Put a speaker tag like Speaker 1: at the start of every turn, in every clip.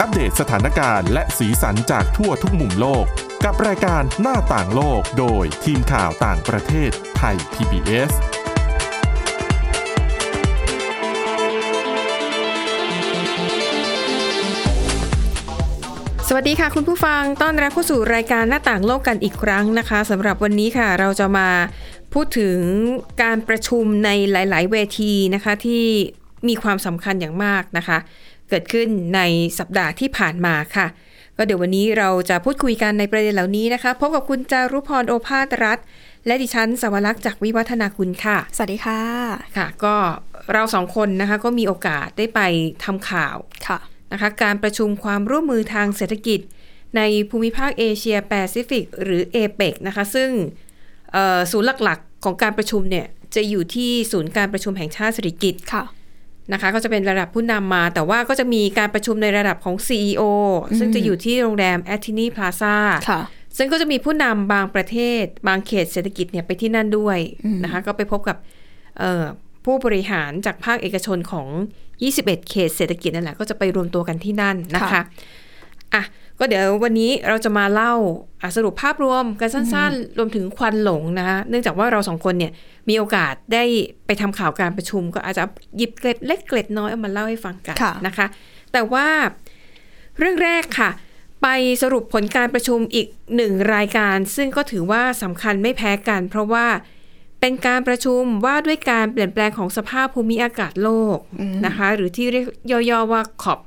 Speaker 1: อัปเดตสถานการณ์และสีสันจากทั่วทุกมุมโลก กับรายการหน้าต่างโลกโดยทีมข่าวต่างประเทศไทย PBS
Speaker 2: สวัสดีค่ะคุณผู้ฟังต้อนรับเข้าสู่รายการหน้าต่างโลกกันอีกครั้งนะคะสำหรับวันนี้ค่ะ เราจะมาพูดถึงการประชุมในหลาย ๆ เวทีนะคะที่มีความสำคัญอย่างมากนะคะ เกิดขึ้นในสัปดาห์ที่ผ่านมาค่ะ ก็เดี๋ยววันนี้เราจะพูดคุยกันในประเด็นเหล่านี้นะคะพบกับคุณจารุพรโอภาสรัฐ และดิฉันสวรักษ์จากวิวัฒนาคุณค่ะ
Speaker 3: สวัสดีค่ะ
Speaker 2: ค่ะ ก็เราสองคนนะคะก็มีโอกาสได้ไปทำข่าว
Speaker 3: ค่ะ
Speaker 2: นะคะการประชุมความร่วมมือทางเศรษฐกิจ ในภูมิภาคเอเชียแปซิฟิกหรือเอเปกนะคะซึ่งเอ่อศูนย์หลักๆ ของการประชุมเนี่ยจะอยู่ที่ศูนย์การประชุมแห่งชาติเศรษฐกิจ
Speaker 3: ค่ะ
Speaker 2: นะคะก็จะเป็นระดับผู้นำมา แต่ว่าก็จะมีการประชุมในระดับของ CEO ซึ่งจะอยู่ที่โรงแรมแอตทินีพลาซ่า
Speaker 3: ค่ะ
Speaker 2: ซึ่งก็จะมีผู้นำบางประเทศ บางเขตเศรษฐกิจเนี่ยไปที่นั่นด้วยนะคะก็ไปพบกับเอ่อผู้บริหารจากภาคเอกชนของ 21 เขตเศรษฐกิจนั่นแหละก็จะไปรวมตัวกันที่นั่นนะคะ
Speaker 3: ค่ะ
Speaker 2: อ่ะก็เดี๋ยววันนี้เราจะมาเล่าอ่ะสรุปภาพรวมกันสั้นๆ รวมถึงควันหลงนะคะเนื่องจากว่าเราสองคนเนี่ยมีโอกาสได้ไปทำข่าวการประชุม ก็อาจจะหยิบเกร็ดเล็กเกร็ดน้อยเอามาเล่าให้ฟังกัน
Speaker 3: ค่ะ
Speaker 2: นะคะ แต่ว่า เรื่องแรกค่ะ ไปสรุปผลการประชุมอีกหนึ่งรายการ ซึ่งก็ถือว่าสำคัญไม่แพ้กัน เพราะว่าเป็นการประชุมว่าด้วยการเปลี่ยนแปลงของสภาพภูมิอากาศโลกนะคะ หรือที่เรียกย่อๆว่าขอบ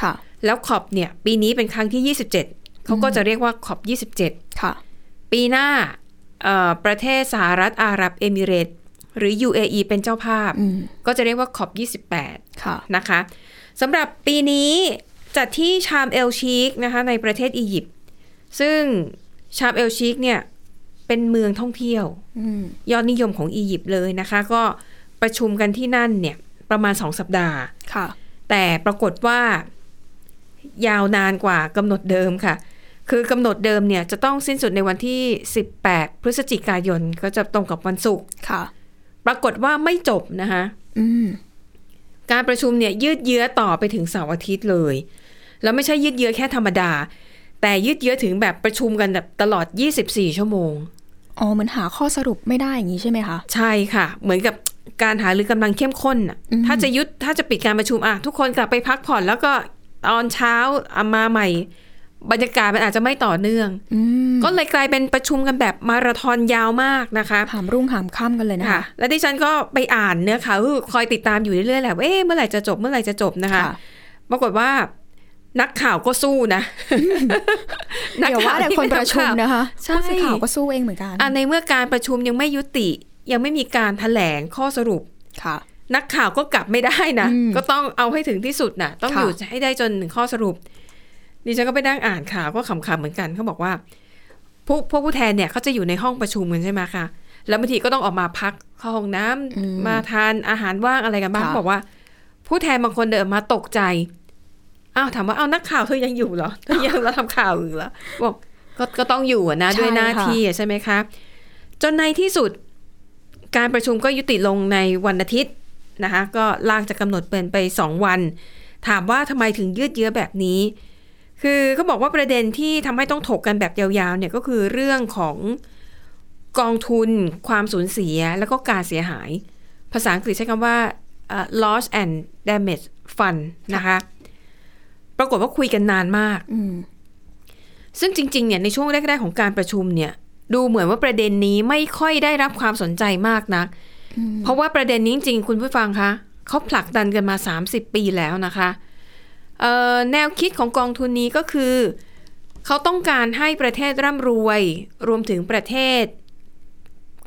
Speaker 3: ค่ะ
Speaker 2: แล้วขอบเนี่ย ปีนี้เป็นครั้งที่ 27 เขาก็จะเรียกว่าขอบ 27
Speaker 3: ค่ะ
Speaker 2: ปีหน้าเอ่อประเทศสหรัฐอาหรับเอมิเรตส์หรือ UAE เป็นเจ้าภาพ
Speaker 3: อืม
Speaker 2: ก็จะเรียกว่าขอบ 28
Speaker 3: ค่ะ
Speaker 2: นะคะสำหรับปีนี้จัดที่ชามเอลชีกนะคะในประเทศอียิปต์ซึ่งชามเอลชีกเนี่ยเป็นเมืองท่องเที่ยว
Speaker 3: อืม
Speaker 2: ยอดนิยมของอียิปต์เลยนะคะ ก็ประชุมกันที่นั่นเนี่ยประมาณ 2 สัปดาห์
Speaker 3: ค่ะ
Speaker 2: แต่ปรากฏว่ายาวนานกว่ากำหนดเดิมค่ะ คือกำหนดเดิมเนี่ยจะต้องสิ้นสุดในวันที่ 18 พฤศจิกายนก็จะตรงกับวันศุกร์
Speaker 3: ค่ะ
Speaker 2: ปรากฏว่าไม่จบนะคะ
Speaker 3: อืม
Speaker 2: การประชุมเนี่ยยืดเยื้อต่อไปถึงเสาร์อาทิตย์เลย แล้วไม่ใช่ยืดเยื้อแค่ธรรมดา แต่ยืดเยื้อถึงแบบประชุมกันแบบตลอด 24 ชั่วโมง
Speaker 3: อ๋อเหมือนหาข้อสรุปไม่ได้อย่างนี้ใช่ไหมคะ
Speaker 2: ใช่ค่ะ เหมือนกับการหารือกำลังเข้มข้นน่ะ
Speaker 3: อืม
Speaker 2: ถ้าจะยุดถ้าจะปิดการประชุมอ่ะทุกคนกลับไปพักผ่อนแล้วก็ตอนเช้าเอามาใหม่ บรรยากาศมันอาจจะไม่ต่อเนื่อง
Speaker 3: อืม
Speaker 2: ก็เลยกลายเป็นประชุมกันแบบมาราธอนยาวมากนะคะ
Speaker 3: หามรุ่งหามค่ำกันเลยนะ
Speaker 2: ค่ะ
Speaker 3: คะ
Speaker 2: และดิฉันก็ไปอ่านเนื้อข่าวคือคอยติดตามอยู่เรื่อยๆแหละว่าเอ๊ะเมื่อไหร่จะจบเมื่อไหร่จะจบนะคะ ปรากฏว่านักข่าวก็สู้ นะ
Speaker 3: เดี๋ยวว่าแต่
Speaker 2: ที่
Speaker 3: คนประชุม
Speaker 2: เป็กข่าว
Speaker 3: นะคะ
Speaker 2: ใช่
Speaker 3: ผู้สื่อข่าวก็สู้เองเหมือนกัน
Speaker 2: อ่ะในเมื่อการประชุมยังไม่ยุติ ยังไม่มีการแถลงข้อสรุป
Speaker 3: ค่ะ
Speaker 2: นักข่าวก็กลับไม่ได้นะ
Speaker 3: อืม
Speaker 2: ก็ต้องเอาให้ถึงที่สุดนะต้อง
Speaker 3: ค่ะ
Speaker 2: อยู่ให้ได้จนถึงข้อสรุปดิฉันก็ไปนั่งอ่านข่าวก็ขำๆเหมือนกันเขาบอกว่าพวกพวกผู้แทนเนี่ยเขาจะอยู่ในห้องประชุมกันใช่ไหมคะแล้วบางทีก็ต้องออกมาพักเข้าห้องน้ำ
Speaker 3: อืม
Speaker 2: มาทานอาหารว่างอะไรกันบ้าง
Speaker 3: ค่ะ
Speaker 2: เขาบอกว่า ผู้แทนบางคนเดินมาตกใจอ้าวถามว่าเอานักข่าวเธอยังอยู่เหรอเธอยัง เราทำข่าวอยู่เหรอบอกก็ก็ต้องอยู่อะนะ
Speaker 3: ใช่
Speaker 2: ด้วยหน้า
Speaker 3: ค่ะ
Speaker 2: ที่อะใช่ไหมคะจนในที่สุด การประชุมก็ยุติลงในวันอาทิตย์นะคะก็ลากจากกำหนดเป็นไปสองวัน ถามว่าทำไมถึงยืดเยื้อแบบนี้ คือเขาบอกว่าประเด็นที่ทำให้ต้องถกกันแบบยาวๆเนี่ยก็คือเรื่องของกองทุน ความสูญเสีย แล้วก็การเสียหาย ภาษาอังกฤษใช้คำว่าเอ่อ loss and damage fund นะคะปรากฏว่าคุยกันนานมาก
Speaker 3: อืม
Speaker 2: ซึ่งจริงๆ เนี่ยในช่วงแรกๆ ของการประชุมเนี่ยดูเหมือนว่าประเด็นนี้ไม่ค่อยได้รับความสนใจมากนัก เพราะว่าประเด็นนี้จริงๆ คุณผู้ฟังคะเขาผลักดันกันมา 30 ปีแล้วนะคะเอ่อแนวคิดของกองทุนนี้ก็คือ เขาต้องการให้ประเทศร่ำรวย รวมถึงประเทศ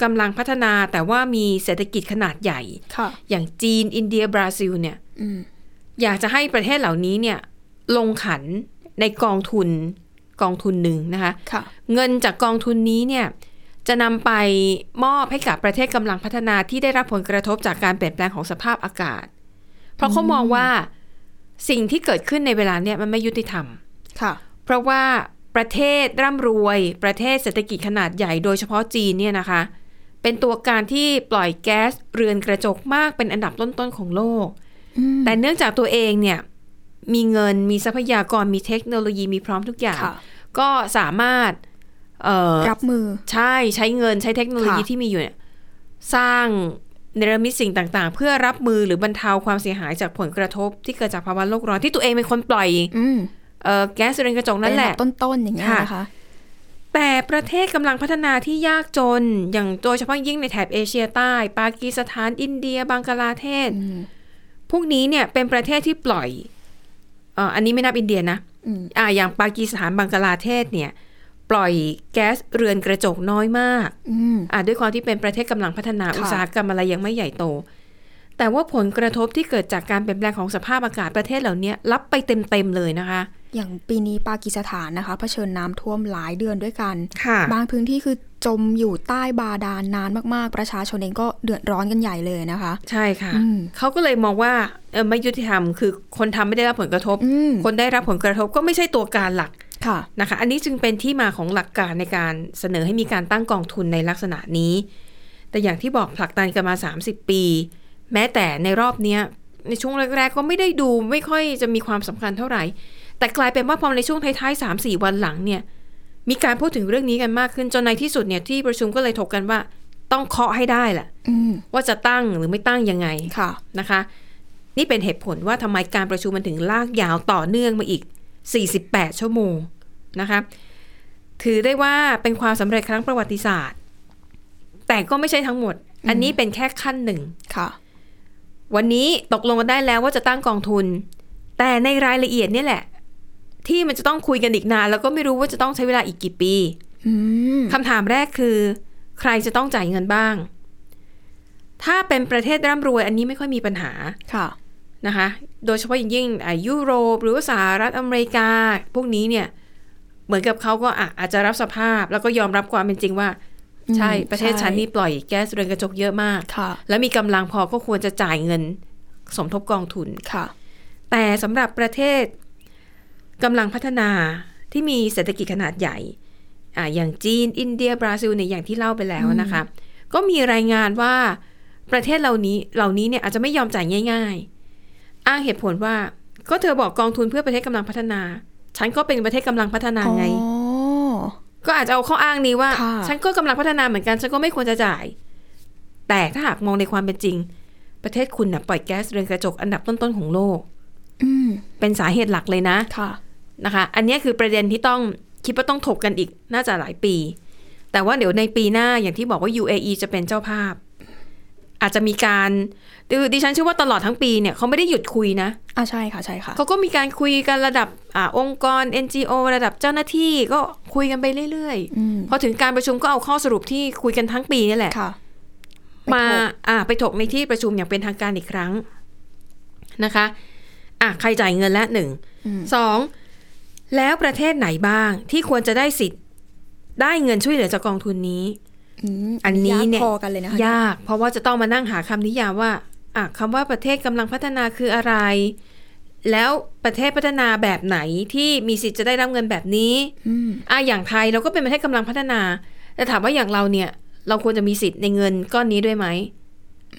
Speaker 2: กำลังพัฒนาแต่ว่ามีเศรษฐกิจขนาดใหญ่
Speaker 3: ค่ะ
Speaker 2: อย่างจีน อินเดียบราซิลเนี่ย
Speaker 3: อืม
Speaker 2: อยากจะให้ประเทศเหล่านี้เนี่ยลงขันในกองทุนกองทุนหนึ่งนะคะ
Speaker 3: ค่ะ
Speaker 2: เงินจากกองทุนนี้เนี่ยจะนำไปมอบให้กับประเทศกำลังพัฒนาที่ได้รับผลกระทบจากการเปลี่ยนแปลงของสภาพอากาศ เพราะเขามองว่าสิ่งที่เกิดขึ้นในเวลาเนี่ยมันไม่ยุติธรรม
Speaker 3: ค่ะ
Speaker 2: เพราะว่าประเทศร่ำรวย ประเทศเศรษฐกิจขนาดใหญ่โดยเฉพาะจีนเนี่ยนะคะ เป็นตัวการที่ปล่อยแก๊สเรือนกระจกมากเป็นอันดับต้นๆของโลก
Speaker 3: อืม
Speaker 2: แต่เนื่องจากตัวเองเนี่ย มีเงินมีทรัพยากรมีเทคโนโลยีมีพร้อมทุกอย่าง
Speaker 3: ค่ะ
Speaker 2: ก็สามารถเอ่อ
Speaker 3: รับมือ
Speaker 2: ใช่ใช้เงินใช้เทคโนโลยี
Speaker 3: ค่ะ
Speaker 2: ที่มีอยู่เนี่ยสร้างเนรมิตสิ่งต่างๆ เพื่อรับมือหรือบรรเทาความเสียหายจากผลกระทบที่เกิดจากภาวะโลกร้อนที่ตัวเองเป็นคนปล่อย
Speaker 3: อืม
Speaker 2: เอ่อแก๊สเรือนกระจกนั่นแหละ
Speaker 3: เป็ดับต้นๆอย่างเงี้ย
Speaker 2: ค่ะ
Speaker 3: นะคะ
Speaker 2: แต่ประเทศกำลังพัฒนาที่ยากจน อย่างโดยเฉพาะยิ่งในแถบเอเชียใต้ ปากีสถานอินเดีย บังกลาเทศ
Speaker 3: อืม
Speaker 2: พวกนี้เนี่ยเป็นประเทศที่ปล่อยเอ่ออันนี้ไม่นับอินเดียนะ
Speaker 3: อืม
Speaker 2: อ่าอย่างปากีสถานบังกลาเทศเนี่ยปล่อยแก๊สเรือนกระจกน้อยมาก
Speaker 3: อืม
Speaker 2: อ่ะด้วยความที่เป็นประเทศกำลังพัฒนา
Speaker 3: ค่ะ
Speaker 2: อุตสาหกรรมอะไรยังไม่ใหญ่โต แต่ว่าผลกระทบที่เกิดจากการเปลี่ยนแปลงของสภาพอากาศประเทศเหล่านี้รับไปเต็มๆเลยนะคะ
Speaker 3: อย่างปีนี้ปากีสถานนะคะเผชิญน้ำท่วมหลายเดือนด้วยกัน
Speaker 2: ค่ะ
Speaker 3: บางพื้นที่คือจมอยู่ใต้บาดาลนานมากๆ ประชาชนเองก็เดือดร้อนกันใหญ่เลยนะคะ
Speaker 2: ใช่ค่ะ
Speaker 3: อืม
Speaker 2: เขาก็เลยมองว่าเออไม่ยุติธรรมคือคนทำไม่ได้รับผลกระทบ
Speaker 3: อืม
Speaker 2: คนได้รับผลกระทบก็ไม่ใช่ตัวการหลัก
Speaker 3: ค่ะ
Speaker 2: นะคะ อันนี้จึงเป็นที่มาของหลักการในการเสนอให้มีการตั้งกองทุนในลักษณะนี้ แต่อย่างที่บอกผลักดันกันมา 30 ปี แม้แต่ในรอบเนี้ยในช่วงแรก ๆ ก็ไม่ได้ดูไม่ค่อยจะมีความสำคัญเท่าไหร่ แต่กลายเป็นว่าพอในช่วงท้ายๆสามสี่วันหลังเนี่ยมีการพูดถึงเรื่องนี้กันมากขึ้นจนในที่สุดเนี่ยที่ประชุมก็เลยถกกันว่าต้องเคาะให้ได้แหละ
Speaker 3: อืม
Speaker 2: ว่าจะตั้งหรือไม่ตั้งยังไง
Speaker 3: ค่ะ
Speaker 2: นะคะ นี่เป็นเหตุผลว่าทำไมการประชุมมันถึงลากยาวต่อเนื่องมาอีก 48 ชั่วโมงนะคะถือได้ว่าเป็นความสำเร็จครั้งประวัติศาสตร์ แต่ก็ไม่ใช่ทั้งหมด อันนี้เป็นแค่ขั้นหนึ่ง
Speaker 3: ค่ะ
Speaker 2: วันนี้ตกลงกันได้แล้วว่าจะตั้งกองทุน แต่ในรายละเอียดเนี่ยแหละ ที่มันจะต้องคุยกันอีกนาน แล้วก็ไม่รู้ว่าจะต้องใช้เวลาอีกกี่ปี
Speaker 3: อืม
Speaker 2: คำถามแรกคือ ใครจะต้องจ่ายเงินบ้าง ถ้าเป็นประเทศร่ำรวยอันนี้ไม่ค่อยมีปัญหา
Speaker 3: ค่ะ
Speaker 2: นะคะ โดยเฉพาะอย่างยิ่งอ่ะยุโรปหรือว่าสหรัฐอเมริกา พวกนี้เนี่ยเหมือนกับเขาก็อ่ะอาจจะรับสภาพ แล้วก็ยอมรับความเป็นจริงว่า ใช่
Speaker 3: อืม
Speaker 2: ประเทศ
Speaker 3: ใช่
Speaker 2: ฉันนี่ปล่อยแก๊สเรือนกระจกเยอะมาก
Speaker 3: ค่ะ
Speaker 2: และมีกำลังพอก็ควรจะจ่ายเงินสมทบกองทุน
Speaker 3: ค่ะ
Speaker 2: แต่สำหรับประเทศกำลังพัฒนาที่มีเศรษฐกิจขนาดใหญ่อ่าอย่างจีน อินเดีย บราซิลเนี่ยอย่างที่เล่าไปแล้วนะคะ ก็มีรายงานว่าประเทศเหล่านี้เหล่านี้เนี่ยอาจจะไม่ยอมจ่ายง่าย ๆ อ้างเหตุผลว่าก็เธอบอกกองทุนเพื่อประเทศกำลังพัฒนา ฉันก็เป็นประเทศกำลังพัฒนาไง
Speaker 3: อ๋อ
Speaker 2: ก็อาจจะเอาข้ออ้างนี้ว่า
Speaker 3: ค่ะ
Speaker 2: ฉันก็กำลังพัฒนาเหมือนกันฉันก็ไม่ควรจะจ่าย แต่ถ้าหากมองในความเป็นจริง ประเทศคุณน่ะปล่อยแก๊สเรือนกระจกอันดับต้นๆของโลก
Speaker 3: อืม
Speaker 2: เป็นสาเหตุหลักเลยนะ
Speaker 3: ค่ะ
Speaker 2: นะคะ อันเนี้ยคือประเด็นที่ต้องคิดว่าต้องถกกันอีกน่าจะหลายปี แต่ว่าเดี๋ยวในปีหน้าอย่างที่บอกว่า UAE จะเป็นเจ้าภาพ อาจจะมีการคือดิฉันเชื่อว่าตลอดทั้งปีเนี่ยเขาไม่ได้หยุดคุยนะ
Speaker 3: อ่ะใช่ค่ะ ใช่ค่ะ
Speaker 2: เขาก็มีการคุยกันระดับอาองค์กร NGO ระดับเจ้าหน้าที่ก็คุยกันไปเรื่อย
Speaker 3: อืม
Speaker 2: พอถึงการประชุมก็เอาข้อสรุปที่คุยกันทั้งปีนี่แหละ
Speaker 3: ค่ะ
Speaker 2: มาอ่าไปถกในที่ประชุมอย่างเป็นทางการอีกครั้งนะคะอ่ะใครจ่ายเงินละหนึ่ง
Speaker 3: อืม
Speaker 2: สองแล้วประเทศไหนบ้างที่ควรจะได้สิทธิ์ได้เงินช่วยเหลือจากกองทุนนี้
Speaker 3: อืม
Speaker 2: อันนี้เนี่ย
Speaker 3: ากพอกันเลยนะคะ
Speaker 2: ยาก เพราะว่าจะต้องมานั่งหาคำนิยามว่าอ่ะคำว่าประเทศกำลังพัฒนาคืออะไร แล้วประเทศพัฒนาแบบไหนที่มีสิทธิ์จะได้รับเงินแบบนี้
Speaker 3: อืม
Speaker 2: อ่ะอย่างไทยเราก็เป็นประเทศกำลังพัฒนา แต่ถามว่าอย่างเราเนี่ย เราควรจะมีสิทธิ์ในเงินก้อนนี้ด้วยไหม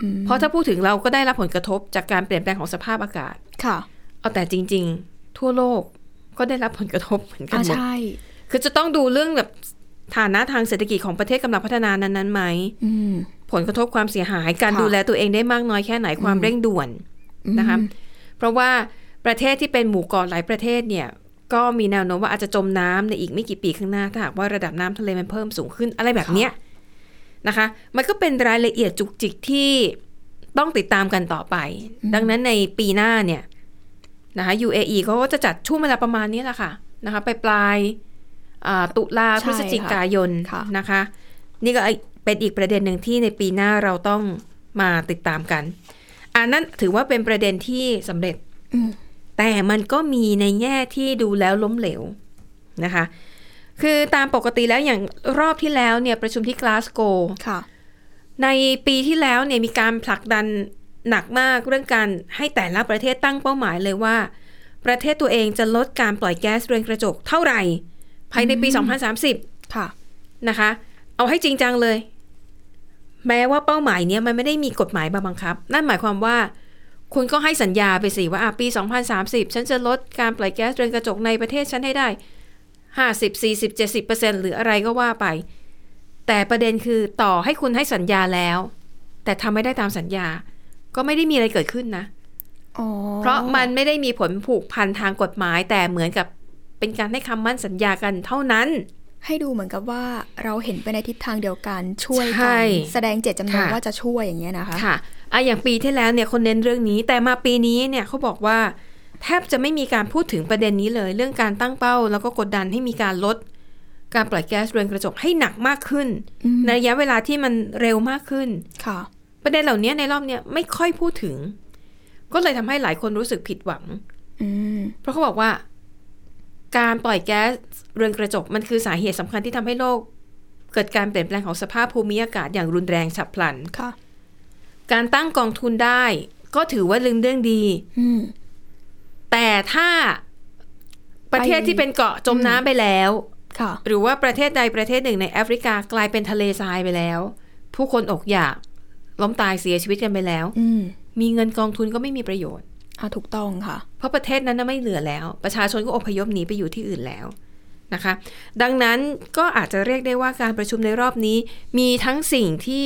Speaker 3: อืม
Speaker 2: เพราะถ้าพูดถึงเราก็ได้รับผลกระทบจากการเปลี่ยนแปลงของสภาพอากาศ
Speaker 3: ค่ะ
Speaker 2: เอาแต่จริง ๆ ทั่วโลกก็ได้รับผลกระทบเหมือนกันหม
Speaker 3: อ่ะ
Speaker 2: ด
Speaker 3: ใช่
Speaker 2: คือจะต้องดูเรื่องแบบฐานะทางเศรษฐกิจของประเทศกำลังพัฒนานั้นๆไหม
Speaker 3: อืม
Speaker 2: ผลกระทบความเสียหายการ
Speaker 3: ค่ะ
Speaker 2: ดูแลตัวเองได้มากน้อยแค่ไหนความเร่งด่วนนะคะ เพราะว่าประเทศที่เป็นหมู่เกาะหลายประเทศเนี่ยก็มีแนวโน้มว่าอาจจะจมน้ำในอีกไม่กี่ปีข้างหน้าถ้าหากว่าระดับน้ำทะเลมันเพิ่มสูงขึ้นอะไรแบบเนี้ยนะคะ มันก็เป็นรายละเอียดจุกจิกที่ต้องติดตามกันต่อไป ดังนั้นในปีหน้าเนี่ยนะคะ UAE เขาก็จะจัดช่วงเวลาประมาณนี้แหละค่ะนะคะไปปลายอ่าตุลา
Speaker 3: ใช่
Speaker 2: พฤศจิกายน
Speaker 3: ค่ะ
Speaker 2: นะคะ นี่ก็เป็นอีกประเด็นหนึ่งที่ในปีหน้าเราต้องมาติดตามกันอันนั้นถือว่าเป็นประเด็นที่สำเร็จ
Speaker 3: อืม
Speaker 2: แต่มันก็มีในแง่ที่ดูแล้วล้มเหลวนะคะ คือตามปกติแล้วอย่างรอบที่แล้วเนี่ยประชุมที่กลาสโกว์
Speaker 3: ค่ะ
Speaker 2: ในปีที่แล้วเนี่ยมีการผลักดันหนักมากเรื่องการให้แต่ละประเทศตั้งเป้าหมายเลยว่า ประเทศตัวเองจะลดการปล่อยแก๊สเรือนกระจกเท่าไหร่ ภายในปี 2030
Speaker 3: ค่ะ
Speaker 2: นะคะ เอาให้จริงจังเลย แม้ว่าเป้าหมายเนี้ยมันไม่ได้มีกฎหมายมาบังคับ นั่นหมายความว่า คุณก็ให้สัญญาไปสิว่าอ่ะปี 2030 ฉันจะลดการปล่อยแก๊สเรือนกระจกในประเทศฉันให้ได้ 50 40 70เปอร์เซ็นต์หรืออะไรก็ว่าไป แต่ประเด็นคือต่อให้คุณให้สัญญาแล้ว แต่ทำไม่ได้ตามสัญญา ก็ไม่ได้มีอะไรเกิดขึ้นนะ
Speaker 3: อ๋อ
Speaker 2: เพราะมันไม่ได้มีผลผูกพันทางกฎหมาย แต่เหมือนกับเป็นการให้คำมั่นสัญญากันเท่านั้น
Speaker 3: ให้ดูเหมือนกับว่าเราเห็นไปในทิศทางเดียวกันช่วย
Speaker 2: ใช่
Speaker 3: กัน แสดงเจตจำนง
Speaker 2: ค่ะ
Speaker 3: ว่าจะช่วยอย่างเงี้ยนะคะ
Speaker 2: ค่ะอ่ะอย่างปีที่แล้วเนี่ยคนเน้นเรื่องนี้ แต่มาปีนี้เนี่ยเขาบอกว่า แทบจะไม่มีการพูดถึงประเด็นนี้เลย เรื่องการตั้งเป้า แล้วก็กดดันให้มีการลด การปล่อยแก๊สเรือนกระจกให้หนักมากขึ้น
Speaker 3: อืม
Speaker 2: ในระยะเวลาที่มันเร็วมากขึ้น
Speaker 3: ค่ะ
Speaker 2: ประเด็นเหล่านี้ในรอบเนี้ยไม่ค่อยพูดถึง ก็เลยทำให้หลายคนรู้สึกผิดหวัง
Speaker 3: อืม
Speaker 2: เพราะเขาบอกว่า การปล่อยแก๊สเรือนกระจกมันคือสาเหตุสำคัญที่ทำให้โลก เกิดการเปลี่ยนแปลงของสภาพภูมิอากาศอย่างรุนแรงฉับพลัน
Speaker 3: ค่ะ
Speaker 2: การตั้งกองทุนได้ ก็ถือว่าลืมเรื่องดี
Speaker 3: อืม
Speaker 2: แต่ถ้าประเทศที่เป็นเกาะจมน้ำไปแล้ว
Speaker 3: ค่ะ
Speaker 2: หรือว่าประเทศใดประเทศหนึ่งในแอฟริกากลายเป็นทะเลทรายไปแล้ว ผู้คนอกอยากล้มตายเสียชีวิตกันไปแล้ว
Speaker 3: อืม
Speaker 2: มีเงินกองทุนก็ไม่มีประโยชน์
Speaker 3: อ่ะถูกต้องค่ะ
Speaker 2: เพราะประเทศนั้นนะไม่เหลือแล้ว ประชาชนก็อพยพหนีไปอยู่ที่อื่นแล้วนะคะ ดังนั้นก็อาจจะเรียกได้ว่าการประชุมในรอบนี้ มีทั้งสิ่งที่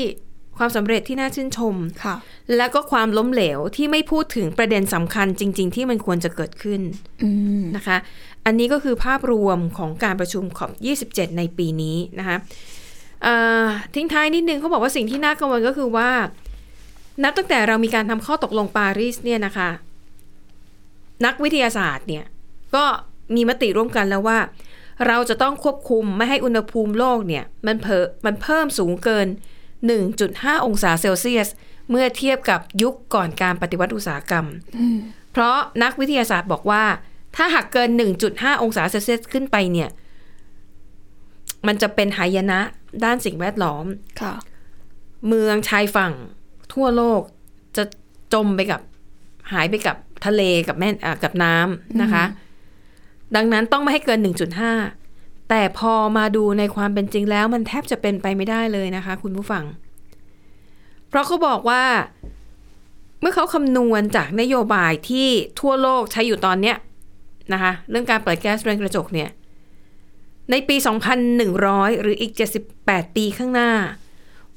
Speaker 2: ความสำเร็จที่น่าชื่นชม
Speaker 3: ค่ะ
Speaker 2: และก็ความล้มเหลวที่ไม่พูดถึงประเด็นสำคัญจริง ๆ ที่มันควรจะเกิดขึ้น
Speaker 3: อืม
Speaker 2: นะคะ อันนี้ก็คือภาพรวมของการประชุมขอบ 27 ในปีนี้นะคะเอ่อทิ้งท้ายนิดนึงเขาบอกว่าสิ่งที่น่ากังวลก็คือว่า นับตั้งแต่เรามีการทำข้อตกลงปารีสเนี่ยนะคะ นักวิทยาศาสตร์เนี่ยก็มีมติร่วมกันแล้วว่า เราจะต้องควบคุมไม่ให้อุณหภูมิโลกเนี่ยมันเพอมันเพิ่มสูงเกิน 1.5 องศาเซลเซียส เมื่อเทียบกับยุคก่อนการปฏิวัติอุตสาหกรรม เพราะนักวิทยาศาสตร์บอกว่า ถ้าหากเกิน 1.5 องศาเซลเซียสขึ้นไปเนี่ยมันจะเป็นหายนะด้านสิ่งแวดล้อม
Speaker 3: ค่ะ
Speaker 2: เมืองชายฝั่งทั่วโลกจะจมไปกับหายไปกับทะเลกับแม่อ่ากับน้ำนะคะ ดังนั้นต้องไม่ให้เกิน 1.5 แต่พอมาดูในความเป็นจริงแล้ว มันแทบจะเป็นไปไม่ได้เลยนะคะ คุณผู้ฟัง เพราะเขาบอกว่า เมื่อเขาคำนวณจากนโยบายที่ทั่วโลกใช้อยู่ตอนเนี้ยนะคะ เรื่องการปล่อยแก๊สเรือนกระจกเนี่ย ในปี 2100 หรืออีก 78 ปีข้างหน้า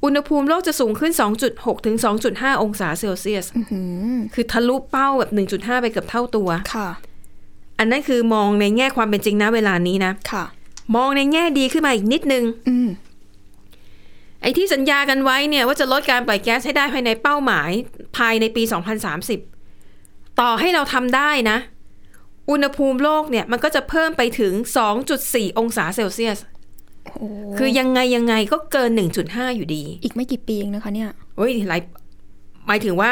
Speaker 2: อุณหภูมิโลกจะสูงขึ้น 2.6 ถึง 2.5 องศาเซลเซียส
Speaker 3: อืม
Speaker 2: คือทะลุเป้าแบบ 1.5 ไปเกือบเท่าตัว
Speaker 3: ค่ะ
Speaker 2: อันนั้นคือมองในแง่ความเป็นจริงนะเวลานี้นะ
Speaker 3: ค่ะ
Speaker 2: มองในแง่ดีขึ้นมาอีกนิดนึง
Speaker 3: อืม
Speaker 2: ไอ้ที่สัญญากันไว้เนี่ยว่าจะลดการปล่อยแก๊สให้ได้ภายในเป้าหมายภายในปี 2030 ต่อให้เราทำได้นะ อุณหภูมิโลกเนี่ยมันก็จะเพิ่มไปถึง 2.4 องศาเซลเซียส
Speaker 3: โอ้
Speaker 2: คือยังไงยังไงก็เกิน 1.5 อยู่ดี
Speaker 3: อีกไม่กี่ปีเองนะคะเนี่ย
Speaker 2: เฮ้ยหลายหมายถึงว่า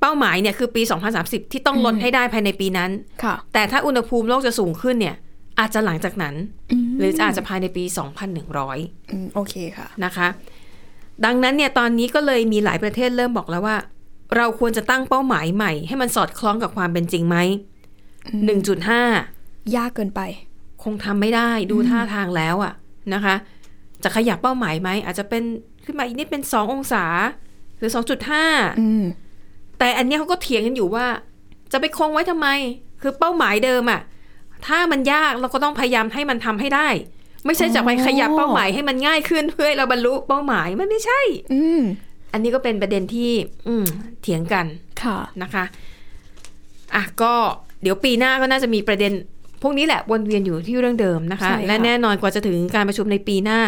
Speaker 2: เป้าหมายเนี่ยคือปี 2030 ที่ต้องลดให้ได้ภายในปีนั้น
Speaker 3: ค่ะ
Speaker 2: แต่ถ้าอุณหภูมิโลกจะสูงขึ้นเนี่ย อาจจะหลังจากนั้น
Speaker 3: อืม
Speaker 2: หรืออาจจะภายในปี 2,100
Speaker 3: อืมโอเคค่ะ
Speaker 2: นะคะ ดังนั้นเนี่ยตอนนี้ก็เลยมีหลายประเทศเริ่มบอกแล้วว่า เราควรจะตั้งเป้าหมายใหม่ ให้มันสอดคล้องกับความเป็นจริงไหม 1.5
Speaker 3: ยากเกินไป
Speaker 2: คงทำไม่ได้ดูท่าทางแล้วอะนะคะ จะขยับเป้าหมายไหม อาจจะเป็นขึ้นมาอีกนิดเป็น 2 องศา หรือ 2.5
Speaker 3: อืม
Speaker 2: แต่อันเนี้ยเขาก็เถียงกันอยู่ว่า จะไปคงไว้ทำไม คือเป้าหมายเดิมอะถ้ามันยากเราก็ต้องพยายามให้มันทำให้ได้ ไม่ใช่จะไปขยับเป้าหมายให้มันง่ายขึ้นเพื่อให้เราบรรลุเป้าหมายมันไม่ใช่
Speaker 3: อืม
Speaker 2: อันนี้ก็เป็นประเด็นที่ อืมเถียงกัน
Speaker 3: ค่ะ
Speaker 2: นะคะอ่ะก็เดี๋ยวปีหน้าก็น่าจะมีประเด็น พวกนี้แหละวนเวียนอยู่ที่เรื่องเดิมนะคะ
Speaker 3: ใช่ค่ะ
Speaker 2: และแน่นอนกว่าจะถึงการประชุมในปีหน้า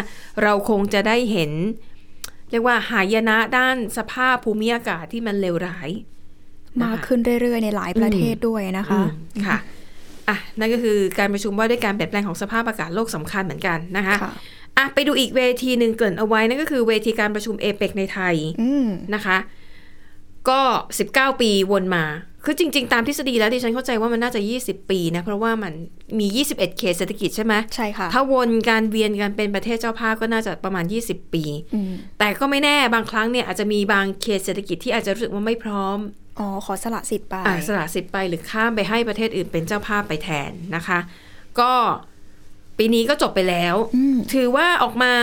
Speaker 2: เราคงจะได้เห็น เรียกว่าหายนะด้านสภาพภูมิอากาศที่มันเลวร้าย
Speaker 3: มากขึ้นเรื่อยๆ ในหลายประเทศด้วยนะคะ
Speaker 2: อืมค่ะ อ่ะ นั่นก็คือการประชุมว่าด้วยการเปลี่ยนแปลงของสภาพอากาศโลกสำคัญเหมือนกันนะคะ
Speaker 3: ค่ะ
Speaker 2: อ่ะ ไปดูอีกเวทีหนึ่งเกรินเอาไว้นั่นก็คือเวทีการประชุมเอเปกในไทย
Speaker 3: อืม
Speaker 2: นะคะ ก็ 19 ปีวนมา คือจริง ๆ ตามทฤษฎีแล้วดิฉันเข้าใจว่ามันน่าจะ 20 ปีนะ เพราะว่ามันมี 21 เขตเศรษฐกิจใช่ไหม
Speaker 3: ใช่ค่ะ
Speaker 2: ถ้าวนการเวียนกันเป็นประเทศเจ้าภาพก็น่าจะประมาณ 20 ปี
Speaker 3: อืม
Speaker 2: แต่ก็ไม่แน่บางครั้งเนี่ยอาจจะมีบางเขตเศรษฐกิจที่อาจจะรู้สึกว่าไม่พร้อม
Speaker 3: อ๋อ ขอสละสิทธิ์ไป
Speaker 2: อ่ะสละสิทธิ์ไปหรือข้ามไปให้ประเทศอื่นเป็นเจ้าภาพไปแทนนะคะ ก็ปีนี้ก็จบไปแล้ว
Speaker 3: อืม
Speaker 2: ถือว่าออกมา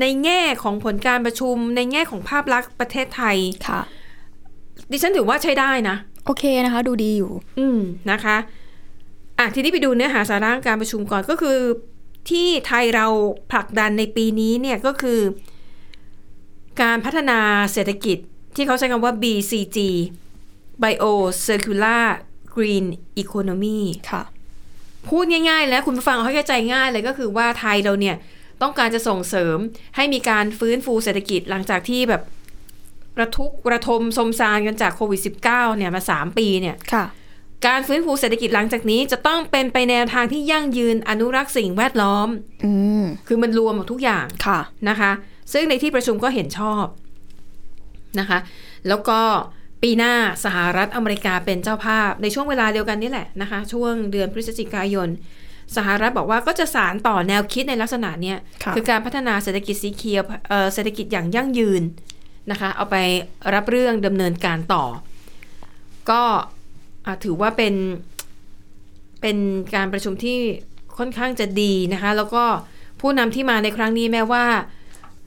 Speaker 2: ในแง่ของผลการประชุม ในแง่ของภาพลักษณ์ประเทศไทย
Speaker 3: ค่ะ
Speaker 2: ดิฉันถือว่าใช้ได้นะ
Speaker 3: โอเคนะคะ ดูดีอยู่
Speaker 2: อืมนะคะอ่ะทีนี้ไปดูเนื้อหาสาระการประชุมก่อนก็คือ ที่ไทยเราผลักดันในปีนี้เนี่ยก็คือ การพัฒนาเศรษฐกิจที่เขาใช้คำว่า BCG Bio Circular Green Economy
Speaker 3: ค่ะ
Speaker 2: พูดง่ายๆ แล้วคุณผู้ฟังเขาเข้าใจง่ายเลยก็คือว่าไทยเราเนี่ยต้องการจะส่งเสริมให้มีการฟื้นฟูเศรษฐกิจหลังจากที่แบบระทุกระทมสมซานกันจากโควิด -19 เนี่ยมา 3 ปีเนี่ย
Speaker 3: ค่ะ
Speaker 2: การฟื้นฟูเศรษฐกิจหลังจากนี้จะต้องเป็นไปแนวทางที่ยั่งยืนอนุรักษ์สิ่งแวดล้อม
Speaker 3: อืม
Speaker 2: คือมันรวมหมดทุกอย่าง
Speaker 3: ค่ะ
Speaker 2: นะคะ ซึ่งในที่ประชุมก็เห็นชอบนะคะ แล้วก็ปีหน้าสหรัฐอเมริกาเป็นเจ้าภาพ ในช่วงเวลาเดียวกันนี่แหละนะคะ ช่วงเดือนพฤศจิกายน สหรัฐบอกว่าก็จะสานต่อแนวคิดในลักษณะเนี้ย
Speaker 3: ค่ะ
Speaker 2: อการพัฒนาเศรษฐกิจสีเขียวเอ่อเศรษฐกิจอย่างยั่งยืนนะคะ เอาไปรับเรื่องดำเนินการต่อ ก็อ่ะถือว่าเป็นเป็นการประชุมที่ค่อนข้างจะดีนะคะ แล้วก็ผู้นำที่มาในครั้งนี้แม้ว่า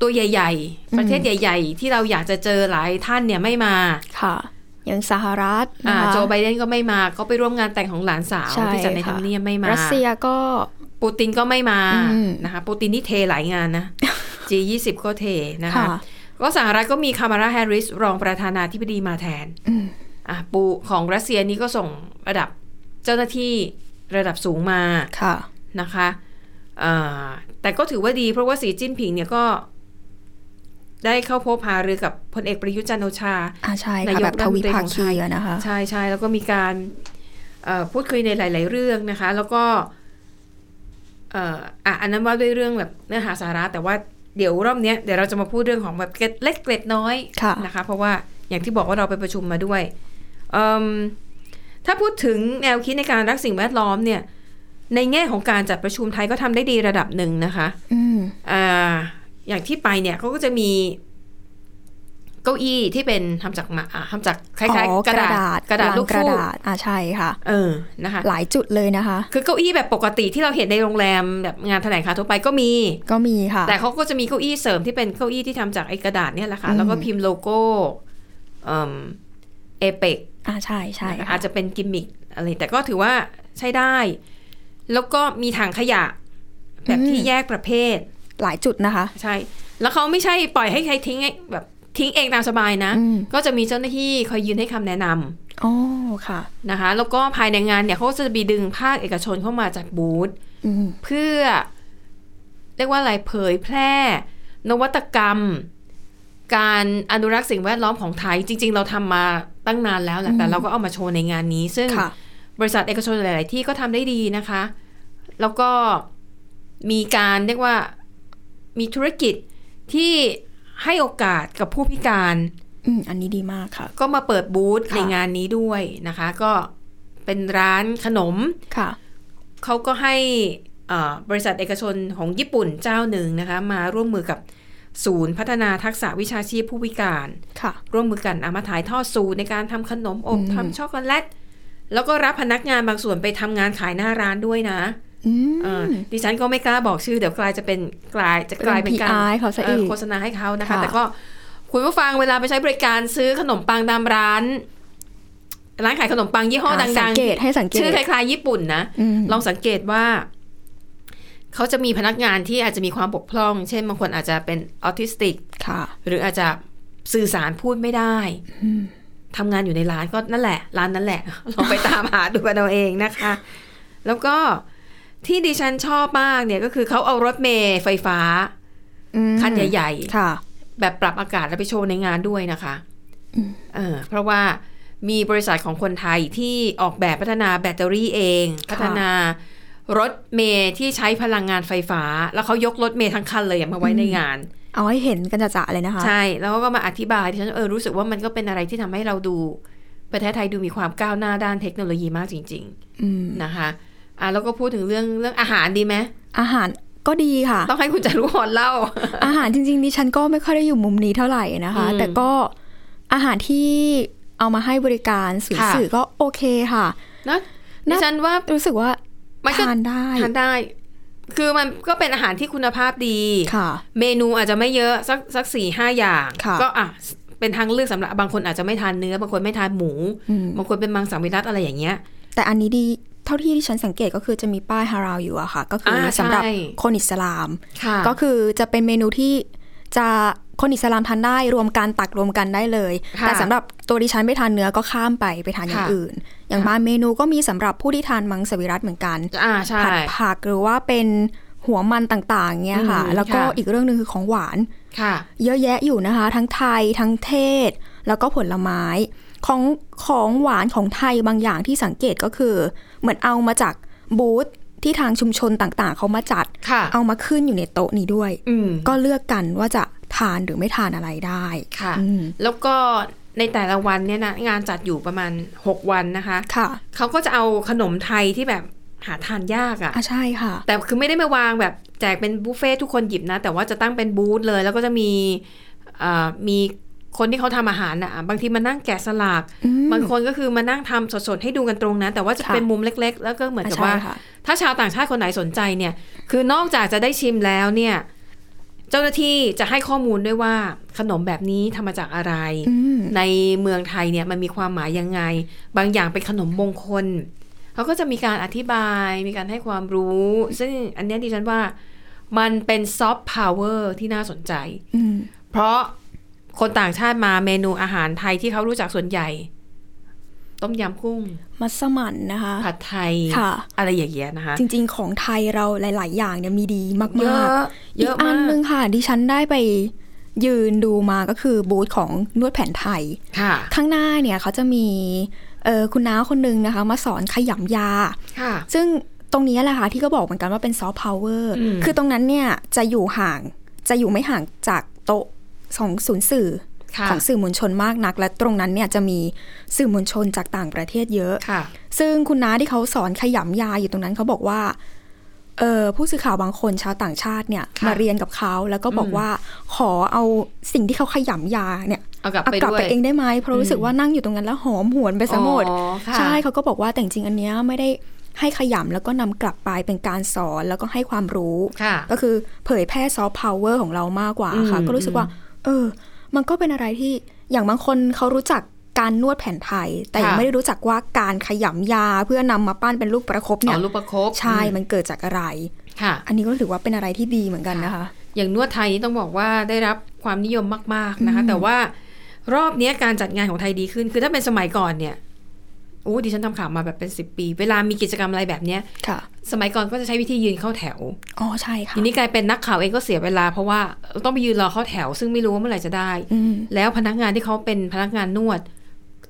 Speaker 2: ตัวใหญ่ ๆ ประเทศใหญ่ ๆ ที่เราอยากจะเจอหลายท่านเนี่ยไม่มา
Speaker 3: ค่ะ อย่างสหรัฐ
Speaker 2: อ่า
Speaker 3: นะคะ
Speaker 2: โจไบเดนก็ไม่มาเขาไปร่วมงานแต่งของหลานสาว
Speaker 3: ช่
Speaker 2: ที่จัดใน
Speaker 3: ค่ะ
Speaker 2: ทำเนียบไม่มา
Speaker 3: รัสเซียก็
Speaker 2: ปูตินก็ไม่มา
Speaker 3: อืม
Speaker 2: นะคะปูตินนี่เทหลายงาน นะ G20 ก็เทนะคะ
Speaker 3: ค่ะ
Speaker 2: ก็สหรัฐก็มีคามาราแฮร์ริสรองประธานาธิบดีมาแทน
Speaker 3: อืม
Speaker 2: อ่ะปูของรัสเซียนี่ก็ส่งระดับเจ้าหน้าที่ระดับสูงมา
Speaker 3: ค่ะ
Speaker 2: นะคะเอ่อแต่ก็ถือว่าดีเพราะว่าสีจิ้นผิงเนี่ยก็ได้เข้าพบหารือกับพลเอกประยุทธ์จันทร์โอชา
Speaker 3: อาใช่
Speaker 2: นา
Speaker 3: ค่ะ
Speaker 2: ยก
Speaker 3: แบบทวิ
Speaker 2: รัฐมนตรี
Speaker 3: ภา
Speaker 2: ของไท
Speaker 3: คี
Speaker 2: ย
Speaker 3: อะนะคะ
Speaker 2: ใช่ใช่แล้วก็มีการเอ่อพูดคุยในหลาย ๆ เรื่องนะคะ แล้วก็เอ่ออ่ะอันนั้นว่าด้วยเรื่องแบบเนื้อหาสาระ แต่ว่าเดี๋ยวรอบเนี้ยเดี๋ยวเราจะมาพูดเรื่องของแบบเกร็ดเล็กเกร็ดน้อย
Speaker 3: ค่ะ
Speaker 2: นะคะ เพราะว่าอย่างที่บอกว่าเราไปประชุมมาด้วยเอิ่มถ้าพูดถึงแนวคิดในการรักสิ่งแวดล้อมเนี่ยในแง่ของการจัดประชุมไทยก็ทำได้ดีระดับหนึ่งนะคะ
Speaker 3: อืม
Speaker 2: อ่าอย่างที่ไปเนี่ยเขาก็จะมีเก้าอี้ที่เป็นทำจากหมาอ่าทำจากคล้าย
Speaker 3: อ๋อ
Speaker 2: ๆ กระดาษ
Speaker 3: กระดาษ
Speaker 2: ลูก
Speaker 3: กระ
Speaker 2: ฟูก
Speaker 3: ดาษอ่าใช่ค่ะ
Speaker 2: เออนะคะ
Speaker 3: หลายจุดเลยนะคะ
Speaker 2: คือเก้าอี้แบบปกติที่เราเห็นในโรงแรมแบบงานแถลงข่าวทั่วไปก็มี
Speaker 3: ก็มีค่ะ
Speaker 2: แต่เขาก็จะมีเก้าอี้เสริมที่เป็นเก้าอี้ที่ทำจากไอ้กระดาษเนี่ยแหละค่ะ
Speaker 3: อืม
Speaker 2: แล้วก็พิมพ์โลโก้เอิ่มเอเปก
Speaker 3: อ่าใช่ใช่ค่
Speaker 2: อาจจะเป็นกิมมิคอะไรแต่ก็ถือว่าใช้ได้ แล้วก็มีถังขยะ แบบที่แยกประเภท
Speaker 3: หลายจุดนะคะ
Speaker 2: ใช่ แล้วเขาไม่ใช่ปล่อยให้ใครทิ้งให้แบบทิ้งเองตามสบายนะ
Speaker 3: อืม
Speaker 2: ก็จะมีเจ้าหน้าที่คอยยืนให้คำแนะนำ
Speaker 3: อ๋อค่ะ
Speaker 2: นะคะ แล้วก็ภายในงานเนี่ยเขาก็จะมีดึงภาคเอกชนเข้ามาจัดบูธ
Speaker 3: อืม
Speaker 2: เพื่อ เรียกว่าอะไรเผยแพร่ นวัตกรรม การอนุรักษ์สิ่งแวดล้อมของไทย จริง ๆ เราทำมาตั้งนานแล้วแหละแต่เราก็เอามาโชว์ในงานนี้ ซึ่ง
Speaker 3: ค่ะ
Speaker 2: บริษัทเอกชนหลาย ๆ ที่ก็ทำได้ดีนะคะ แล้วก็มีการเรียกว่ามีธุรกิจที่ให้โอกาสกับผู้พิการ
Speaker 3: อืม อันนี้ดีมากค่ะ
Speaker 2: ก็มาเปิดบูธ
Speaker 3: ค่ะ
Speaker 2: ในงานนี้ด้วยนะคะ ก็เป็นร้านขนม
Speaker 3: ค่ะ
Speaker 2: เขาก็ให้เอ่อบริษัทเอกชนของญี่ปุ่นเจ้าหนึ่งนะคะ มาร่วมมือกับศูนย์พัฒนาทักษะวิชาชีพผู้พิการ
Speaker 3: ค่ะ
Speaker 2: ร่วมมือกันเอามาถ่ายทอดสูตรในการทำขนมอบ
Speaker 3: อืม
Speaker 2: ทำช็อกโกแลต แล้วก็รับพนักงานบางส่วนไปทำงานขายหน้าร้านด้วยนะ
Speaker 3: อืม
Speaker 2: เออดิฉันก็ไม่กล้าบอกชื่อเดี๋ยวกลายจะเป็นกลายจะกลายเป็นการ
Speaker 3: เป็น PR ให้เขาซะอีก
Speaker 2: ออโฆษณาให้เขานะคะ
Speaker 3: ค่ะ
Speaker 2: แต่ก็คุณผู้ฟังเวลาไปใช้บริการซื้อขนมปังตามร้าน ร้านขายขนมปังยี่ห้อ
Speaker 3: อ่าสั
Speaker 2: ดัง
Speaker 3: เกตให้สังเก
Speaker 2: ๆ ชื่อ
Speaker 3: ต
Speaker 2: คล้ายๆญี่ปุ่นนะ
Speaker 3: ม
Speaker 2: ลองสังเกตว่า เขาจะมีพนักงานที่อาจจะมีความบกพร่อง เช่นบางคนอาจจะเป็นออทิสติก
Speaker 3: ค่ะ
Speaker 2: หรืออาจจะสื่อสารพูดไม่ได้
Speaker 3: อืม
Speaker 2: ทำงานอยู่ในร้านก็นั่นแหละ ร้านนั้นแหละ ลองไปตามหาดูกันเอาเองนะคะ แล้วก็ที่ดิฉันชอบมากเนี่ยก็คือเขาเอารถเมล์ไฟฟ้า
Speaker 3: อืม
Speaker 2: คันใหญ่
Speaker 3: ค่ะ
Speaker 2: ๆ แบบปรับอากาศแล้วไปโชว์ในงานด้วยนะคะ
Speaker 3: อืม
Speaker 2: เออเพราะว่ามีบริษัทของคนไทยที่ออกแบบพัฒนาแบตเตอรี่เอง พัฒนารถเมล์ที่ใช้พลังงานไฟฟ้า แล้วเขายกรถเมล์ทั้งคันเลยอะมาไว้ในงาน
Speaker 3: เอาให้เห็นกันจะๆเลยนะคะ
Speaker 2: ใช่ แล้วก็มาอธิบายที่ฉันเออรู้สึกว่ามันก็เป็นอะไรที่ทำให้เราดู ประเทศไทยดูมีความก้าวหน้าด้านเทคโนโลยีมากจริง
Speaker 3: อืม
Speaker 2: ๆ นะคะอ่ะแล้วก็พูดถึงเรื่องเรื่องอาหารดีไหม
Speaker 3: อาหารก็ดีค่ะ
Speaker 2: ต้องให้คุณจารุพรเล่า
Speaker 3: อาหารจริงๆดิฉันก็ไม่ค่อยได้อยู่มุมนี้เท่าไหร่นะคะ
Speaker 2: อืม
Speaker 3: แต่ก็อาหารที่เอามาให้บริการสื่อ
Speaker 2: ค่ะ
Speaker 3: สื่อก็โอเคค่ะ
Speaker 2: นะดิ
Speaker 3: น่า
Speaker 2: ฉันว่า
Speaker 3: รู้สึกว่า
Speaker 2: มันก็
Speaker 3: ทานได้
Speaker 2: ทานได้ คือมันก็เป็นอาหารที่คุณภาพดี
Speaker 3: ค่ะ
Speaker 2: เมนูอาจจะไม่เยอะสักสักสี่ห้าอย่าง
Speaker 3: ค่ะ
Speaker 2: ก็อ่ะ เป็นทางเลือกสำหรับบางคนอาจจะไม่ทานเนื้อบางคนไม่ทานหมู
Speaker 3: อืม
Speaker 2: บางคนเป็นมังสวิรัตอะไรอย่างเงี้ย
Speaker 3: แต่อันนี้ดีเท่าที่ที่ฉันสังเกตก็คือจะมีป้ายฮาราวอยู่อะค่ะ ก็คืออา
Speaker 2: ใช่
Speaker 3: สำหรับคนอิสลาม
Speaker 2: ค่ะ
Speaker 3: ก็คือจะเป็นเมนูที่จะคนอิสลามทานได้รวมกันตักรวมกันได้เลย
Speaker 2: ค่ะ
Speaker 3: แต่สำหรับตัวดิฉันไม่ทานเนื้อก็ข้ามไปไปทานอย่าง
Speaker 2: ค่ะ
Speaker 3: อื่น อย่างบางเมนูก็มีสำหรับผู้ที่ทานมังสวิรัตเหมือนกัน
Speaker 2: อ่าใช่
Speaker 3: ผัดผักหรือว่าเป็นหัวมันต่างๆเงี้ยค่ะ
Speaker 2: อืม
Speaker 3: แล้วก็
Speaker 2: ค่ะ
Speaker 3: อีกเรื่องหนึ่งคือของหวาน
Speaker 2: ค่ะ
Speaker 3: เยอะแยะอยู่นะคะ ทั้งไทยทั้งเทศ แล้วก็ผลไม้ของของหวานของไทยบางอย่างที่สังเกตก็คือ เหมือนเอามาจากบูธที่ทางชุมชนต่างๆ เขามาจัด
Speaker 2: ค่ะ
Speaker 3: เอามาขึ้นอยู่ในโต๊ะนี้ด้วย
Speaker 2: อืม
Speaker 3: ก็เลือกกันว่าจะทานหรือไม่ทานอะไรได้
Speaker 2: ค่ะ
Speaker 3: อืม
Speaker 2: แล้วก็ในแต่ละวันเนี่ยนะงานจัดอยู่ประมาณ 6 วันนะคะ
Speaker 3: ค่ะ
Speaker 2: เขาก็จะเอาขนมไทยที่แบบหาทานยากอะ
Speaker 3: อ่ะใช่ค่ะ
Speaker 2: แต่คือไม่ได้มาวางแบบแจกเป็นบุฟเฟ่ต์ทุกคนหยิบนะ แต่ว่าจะตั้งเป็นบูธเลย แล้วก็จะมีเอ่อมีคนที่เขาทำอาหารนะบางทีมานั่งแกะสลัก
Speaker 3: อืม
Speaker 2: บางคนก็คือมานั่งทำสดๆให้ดูกันตรงนั้น แต่ว่าจะ
Speaker 3: ค่ะ
Speaker 2: เป็นมุมเล็ก ๆ แล้วก็เหมือน
Speaker 3: อ่ะ
Speaker 2: กับ
Speaker 3: ใช่
Speaker 2: ว่า
Speaker 3: ค่ะ
Speaker 2: ถ้าชาวต่างชาติคนไหนสนใจเนี่ย คือนอกจากจะได้ชิมแล้วเนี่ย เจ้าหน้าที่จะให้ข้อมูลด้วยว่าขนมแบบนี้ทำมาจากอะไร
Speaker 3: อืม
Speaker 2: ในเมืองไทยเนี่ยมันมีความหมายยังไง บางอย่างเป็นขนมมงคลเขาก็จะมีการอธิบายมีการให้ความรู้ ซึ่งอันเนี้ยดิฉันว่ามันเป็นซอฟต์พาวเวอร์ที่น่าสนใจ
Speaker 3: อืม
Speaker 2: เพราะคนต่างชาติมาเมนูอาหารไทยที่เขารู้จักส่วนใหญ่ ต้มยำกุ้ง
Speaker 3: มัสมั่นนะคะ
Speaker 2: ผัดไทย
Speaker 3: ค่ะ
Speaker 2: อะไรอย่างเงี้ยนะคะ
Speaker 3: จริง ๆ ของไทยเราหลาย ๆ อย่างเนี่ยมีดีมากๆ
Speaker 2: เยอะเยอะ
Speaker 3: กอั
Speaker 2: มาก
Speaker 3: นหนึงค่ะ ดิฉันได้ไปยืนดูมาก็คือบูธของนวดแผนไทย
Speaker 2: ค่ะ
Speaker 3: ข้างหน้าเนี่ยเขาจะมีเออคุณน้าคนหนึงนะคะ มาสอนขยำยา
Speaker 2: ค่ะ
Speaker 3: ซึ่งตรงนี้แหละค่ะที่ก็บอกเหมือนกันว่าเป็นซอฟต์พาวเวอร์
Speaker 2: อืม
Speaker 3: คือตรงนั้นเนี่ยจะอยู่ห่าง จะอยู่ไม่ห่างจากโต๊ะของศูนย์สื่อ
Speaker 2: ค่ะ
Speaker 3: ของสื่อมวลชนมากนัก และตรงนั้นเนี่ยจะมีสื่อมวลชนจากต่างประเทศเยอะ
Speaker 2: ค่ะ
Speaker 3: ซึ่งคุณน้าที่เขาสอนขยำยาอยู่ตรงนั้นเขาบอกว่า เออผู้สื่อข่าวบางคนชาวต่างชาติเนี่ย
Speaker 2: ค่ะ
Speaker 3: มาเรียนกับเขาแล้วก็บอก
Speaker 2: อืม
Speaker 3: ว่าขอเอาสิ่งที่เขาขยำยาเนี่ย
Speaker 2: เอากลับ
Speaker 3: เอา
Speaker 2: ไป
Speaker 3: กลับ
Speaker 2: ด้วย
Speaker 3: ไปเองได้ไหมเพราะรู้สึ
Speaker 2: อื
Speaker 3: ก
Speaker 2: ม
Speaker 3: ว่านั่งอยู่ตรงนั้นแล้วหอมหวนไปซะหมด
Speaker 2: อ๋อค่ะ
Speaker 3: ใช่เขาก็บอกว่าแต่จริงๆอันเนี้ยไม่ได้ให้ขยำแล้วก็นำกลับไปเป็นการสอนแล้วก็ให้ความรู้
Speaker 2: ค่ะ
Speaker 3: ก็คือเผยแพร่ซอฟต์พาวเวอร์ของเรามากกว่าค่ะ
Speaker 2: อืม
Speaker 3: ก็รู้สึกว่า เออ มันก็เป็นอะไรที่อย่างบางคนเขารู้จักการนวดแผนไทย แต่ยังไม่ได้รู้จักว่าการขยำยาเพื่อนำมาปั้นเป็นลูกประคบเนี่
Speaker 2: เอา
Speaker 3: ย
Speaker 2: ลูกประคบ
Speaker 3: ใช่
Speaker 2: อืม
Speaker 3: มันเกิดจากอะไร
Speaker 2: ค่ะ
Speaker 3: อันนี้ก็ถือว่าเป็นอะไรที่ดีเหมือนกันนะคะ
Speaker 2: อย่างนวดไทยนี่ต้องบอกว่าได้รับความนิยมมาก ๆ นะคะ
Speaker 3: อืม
Speaker 2: แต่ว่ารอบเนี้ยการจัดงานของไทยดีขึ้น คือถ้าเป็นสมัยก่อนเนี่ยโอ้ดิฉันทำข่าวมาแบบเป็นสิบปี เวลามีกิจกรรมอะไรแบบเนี้ย
Speaker 3: ค่ะ
Speaker 2: สมัยก่อนก็จะใช้วิธียืนเข้าแถว
Speaker 3: อ๋อใช่ค่ะ
Speaker 2: ทีนี้กลายเป็นนักข่าวเองก็เสียเวลา เพราะว่าต้องไปยืนรอเข้าแถว ซึ่งไม่รู้ว่าเมื่อไหร่จะได้
Speaker 3: อืม
Speaker 2: แล้วพนักงานที่เขาเป็นพนักงานนวด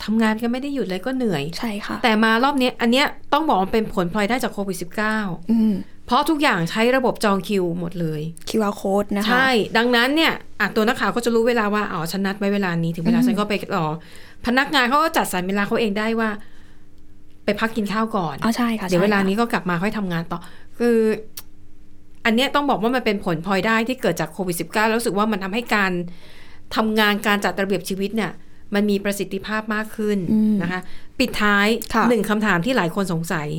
Speaker 2: ทำงานก็ไม่ได้หยุดเลยก็เหนื่อย
Speaker 3: ใช่ค่ะ
Speaker 2: แต่มารอบเนี้ยอันเนี้ยต้องบอกว่าเป็นผลพลอยได้จากโควิด
Speaker 3: อืม
Speaker 2: -19 เพราะทุกอย่างใช้ระบบจองคิวหมดเลย
Speaker 3: QR code นะคะ
Speaker 2: ใช่ ดังนั้นเนี่ยอ่ะตัวนักข่าวก็จะรู้เวลาว่า อ๋อ ฉันนัดไว้เวลานี้ ถึงเวลา
Speaker 3: อืม
Speaker 2: ฉันก็ไปรอ พนักงานเขาก็จัดสรรเวลาเขาเองได้ว่า ไปพักกินข้าวก่อน
Speaker 3: อ๋อใช่ค่ะ
Speaker 2: เดี๋ยวเว
Speaker 3: ใช่
Speaker 2: ลา
Speaker 3: ค่ะ
Speaker 2: นี้ก็กลับมาค่อยทำงานต่อ คือ อันเนี้ยต้องบอกว่ามันเป็นผลพลอยได้ที่เกิดจากโควิด -19 แล้วรู้สึกว่ามันทำให้การทำงานการจัดระเบียบชีวิตเนี่ย มันมีประสิทธิภาพมากขึ้น
Speaker 3: อืม
Speaker 2: นะคะ ปิดท้าย
Speaker 3: ค่ะ
Speaker 2: หนึ่งคำถามที่หลายคนสงสัย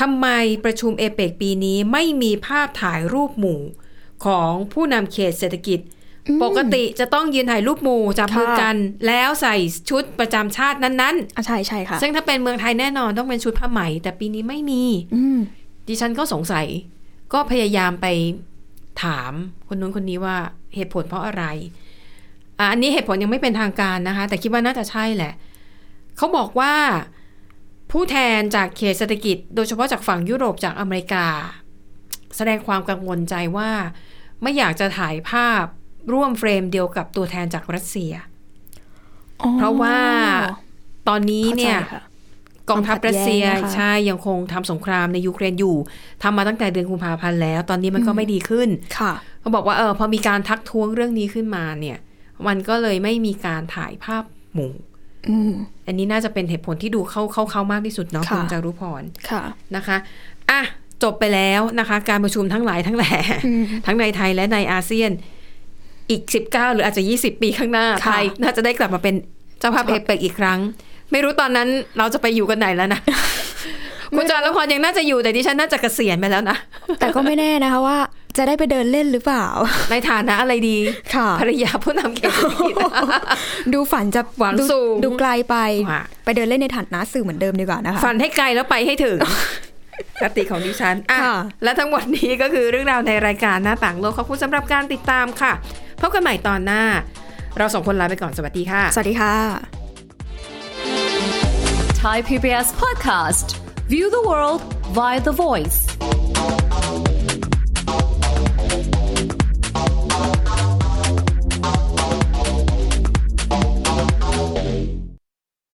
Speaker 2: ทำไมประชุมเอเปกปีนี้ไม่มีภาพถ่ายรูปหมู่ของผู้นำเขตเศรษฐกิจ
Speaker 3: อืม
Speaker 2: ปกติจะต้องยืนถ่ายรูปหมู่จับมือ
Speaker 3: ค่ะ
Speaker 2: กัน แล้วใส่ชุดประจำชาตินั้นๆ
Speaker 3: อ่ะใช่ใช่ค่ะ
Speaker 2: ซึ่งถ้าเป็นเมืองไทยแน่นอนต้องเป็นชุดผ้าไหม แต่ปีนี้ไม่มี
Speaker 3: อืม
Speaker 2: ดิฉันก็สงสัย ก็พยายามไปถามคนนู้นคนนี้ว่าเหตุผลเพราะอะไรอ่ะอันนี้เหตุผลยังไม่เป็นทางการนะคะ แต่คิดว่าน่าจะใช่แหละ เขาบอกว่าผู้แทนจากเขตเศรษฐกิจ โดยเฉพาะจากฝั่งยุโรปจากอเมริกา แสดงความกังวลใจว่า ไม่อยากจะถ่ายภาพร่วมเฟรมเดียวกับตัวแทนจากรัสเซีย
Speaker 3: อ๋อ
Speaker 2: เพราะว่าตอนนี้
Speaker 3: เข้าใจ
Speaker 2: เนี่ย
Speaker 3: ค่ะ
Speaker 2: กองทัพรัสเซีย
Speaker 3: ความขัดแย้งนะคะ
Speaker 2: ใช่ยังคงทำสงครามในยูเครนอยู่ทำมาตั้งแต่เดือนกุมภาพันธ์แล้ว ตอนนี้มันก็
Speaker 3: อืม
Speaker 2: ไม่ดีขึ้น
Speaker 3: ค่ะ
Speaker 2: เขาบอกว่าเออพอมีการทักท้วงเรื่องนี้ขึ้นมาเนี่ย มันก็เลยไม่มีการถ่ายภาพหมู่
Speaker 3: อืม
Speaker 2: อันนี้น่าจะเป็นเหตุผลที่ดูเข้าเข้าเข้ามากที่สุดเนาะ
Speaker 3: ค่ะ
Speaker 2: คุณจารุพร
Speaker 3: ค่ะ
Speaker 2: นะคะอ่ะจบไปแล้วนะคะ การประชุมทั้งหลายทั้งแหล่
Speaker 3: อืม
Speaker 2: ทั้งในไทยและในอาเซียนอีก 19 หรืออาจจะ 20 ปีข้างหน้า
Speaker 3: ค่ะ
Speaker 2: ไทยน่าจะได้กลับมาเป็นเจ้าภาพ
Speaker 3: ครั
Speaker 2: เอบ เปกอีกครั้ง ไม่รู้ตอนนั้นเราจะไปอยู่กันไหนแล้ว นะ คุณจอรละครยังน่าจะอยู่แต่ดิฉันน่าจะเกษียณไปแล้วนะ
Speaker 3: แต่ก็ไม่แน่นะคะว่า จะได้ไปเดินเล่นหรือเปล่า
Speaker 2: ในฐานะอะไรดี
Speaker 3: ค่ะ
Speaker 2: ภรรยาผู้นำเขตเศรษฐกิจ
Speaker 3: ดูฝันจะ
Speaker 2: หวัง
Speaker 3: ดู
Speaker 2: สูง
Speaker 3: ดูไกลไป
Speaker 2: ค่ะ
Speaker 3: ไปเดินเล่นในฐานะสื่อเหมือนเดิมดีกว่านะคะ
Speaker 2: ฝันให้ไกลแล้วไปให้ถึ งคติของดิฉันอ่ะ
Speaker 3: ค่ะ
Speaker 2: และทั้งหมดนี้ก็คือเรื่องราวในรายการหน้าต่างโลกขอบคุณสำหรับการติดตามค่ะพบกันใหม่ตอนหน้า เราสองคนลาไปก่อนสวัสดีค่ะ
Speaker 3: สวัสดีค่ะ
Speaker 4: Thai PBS podcast. View the world via the voice.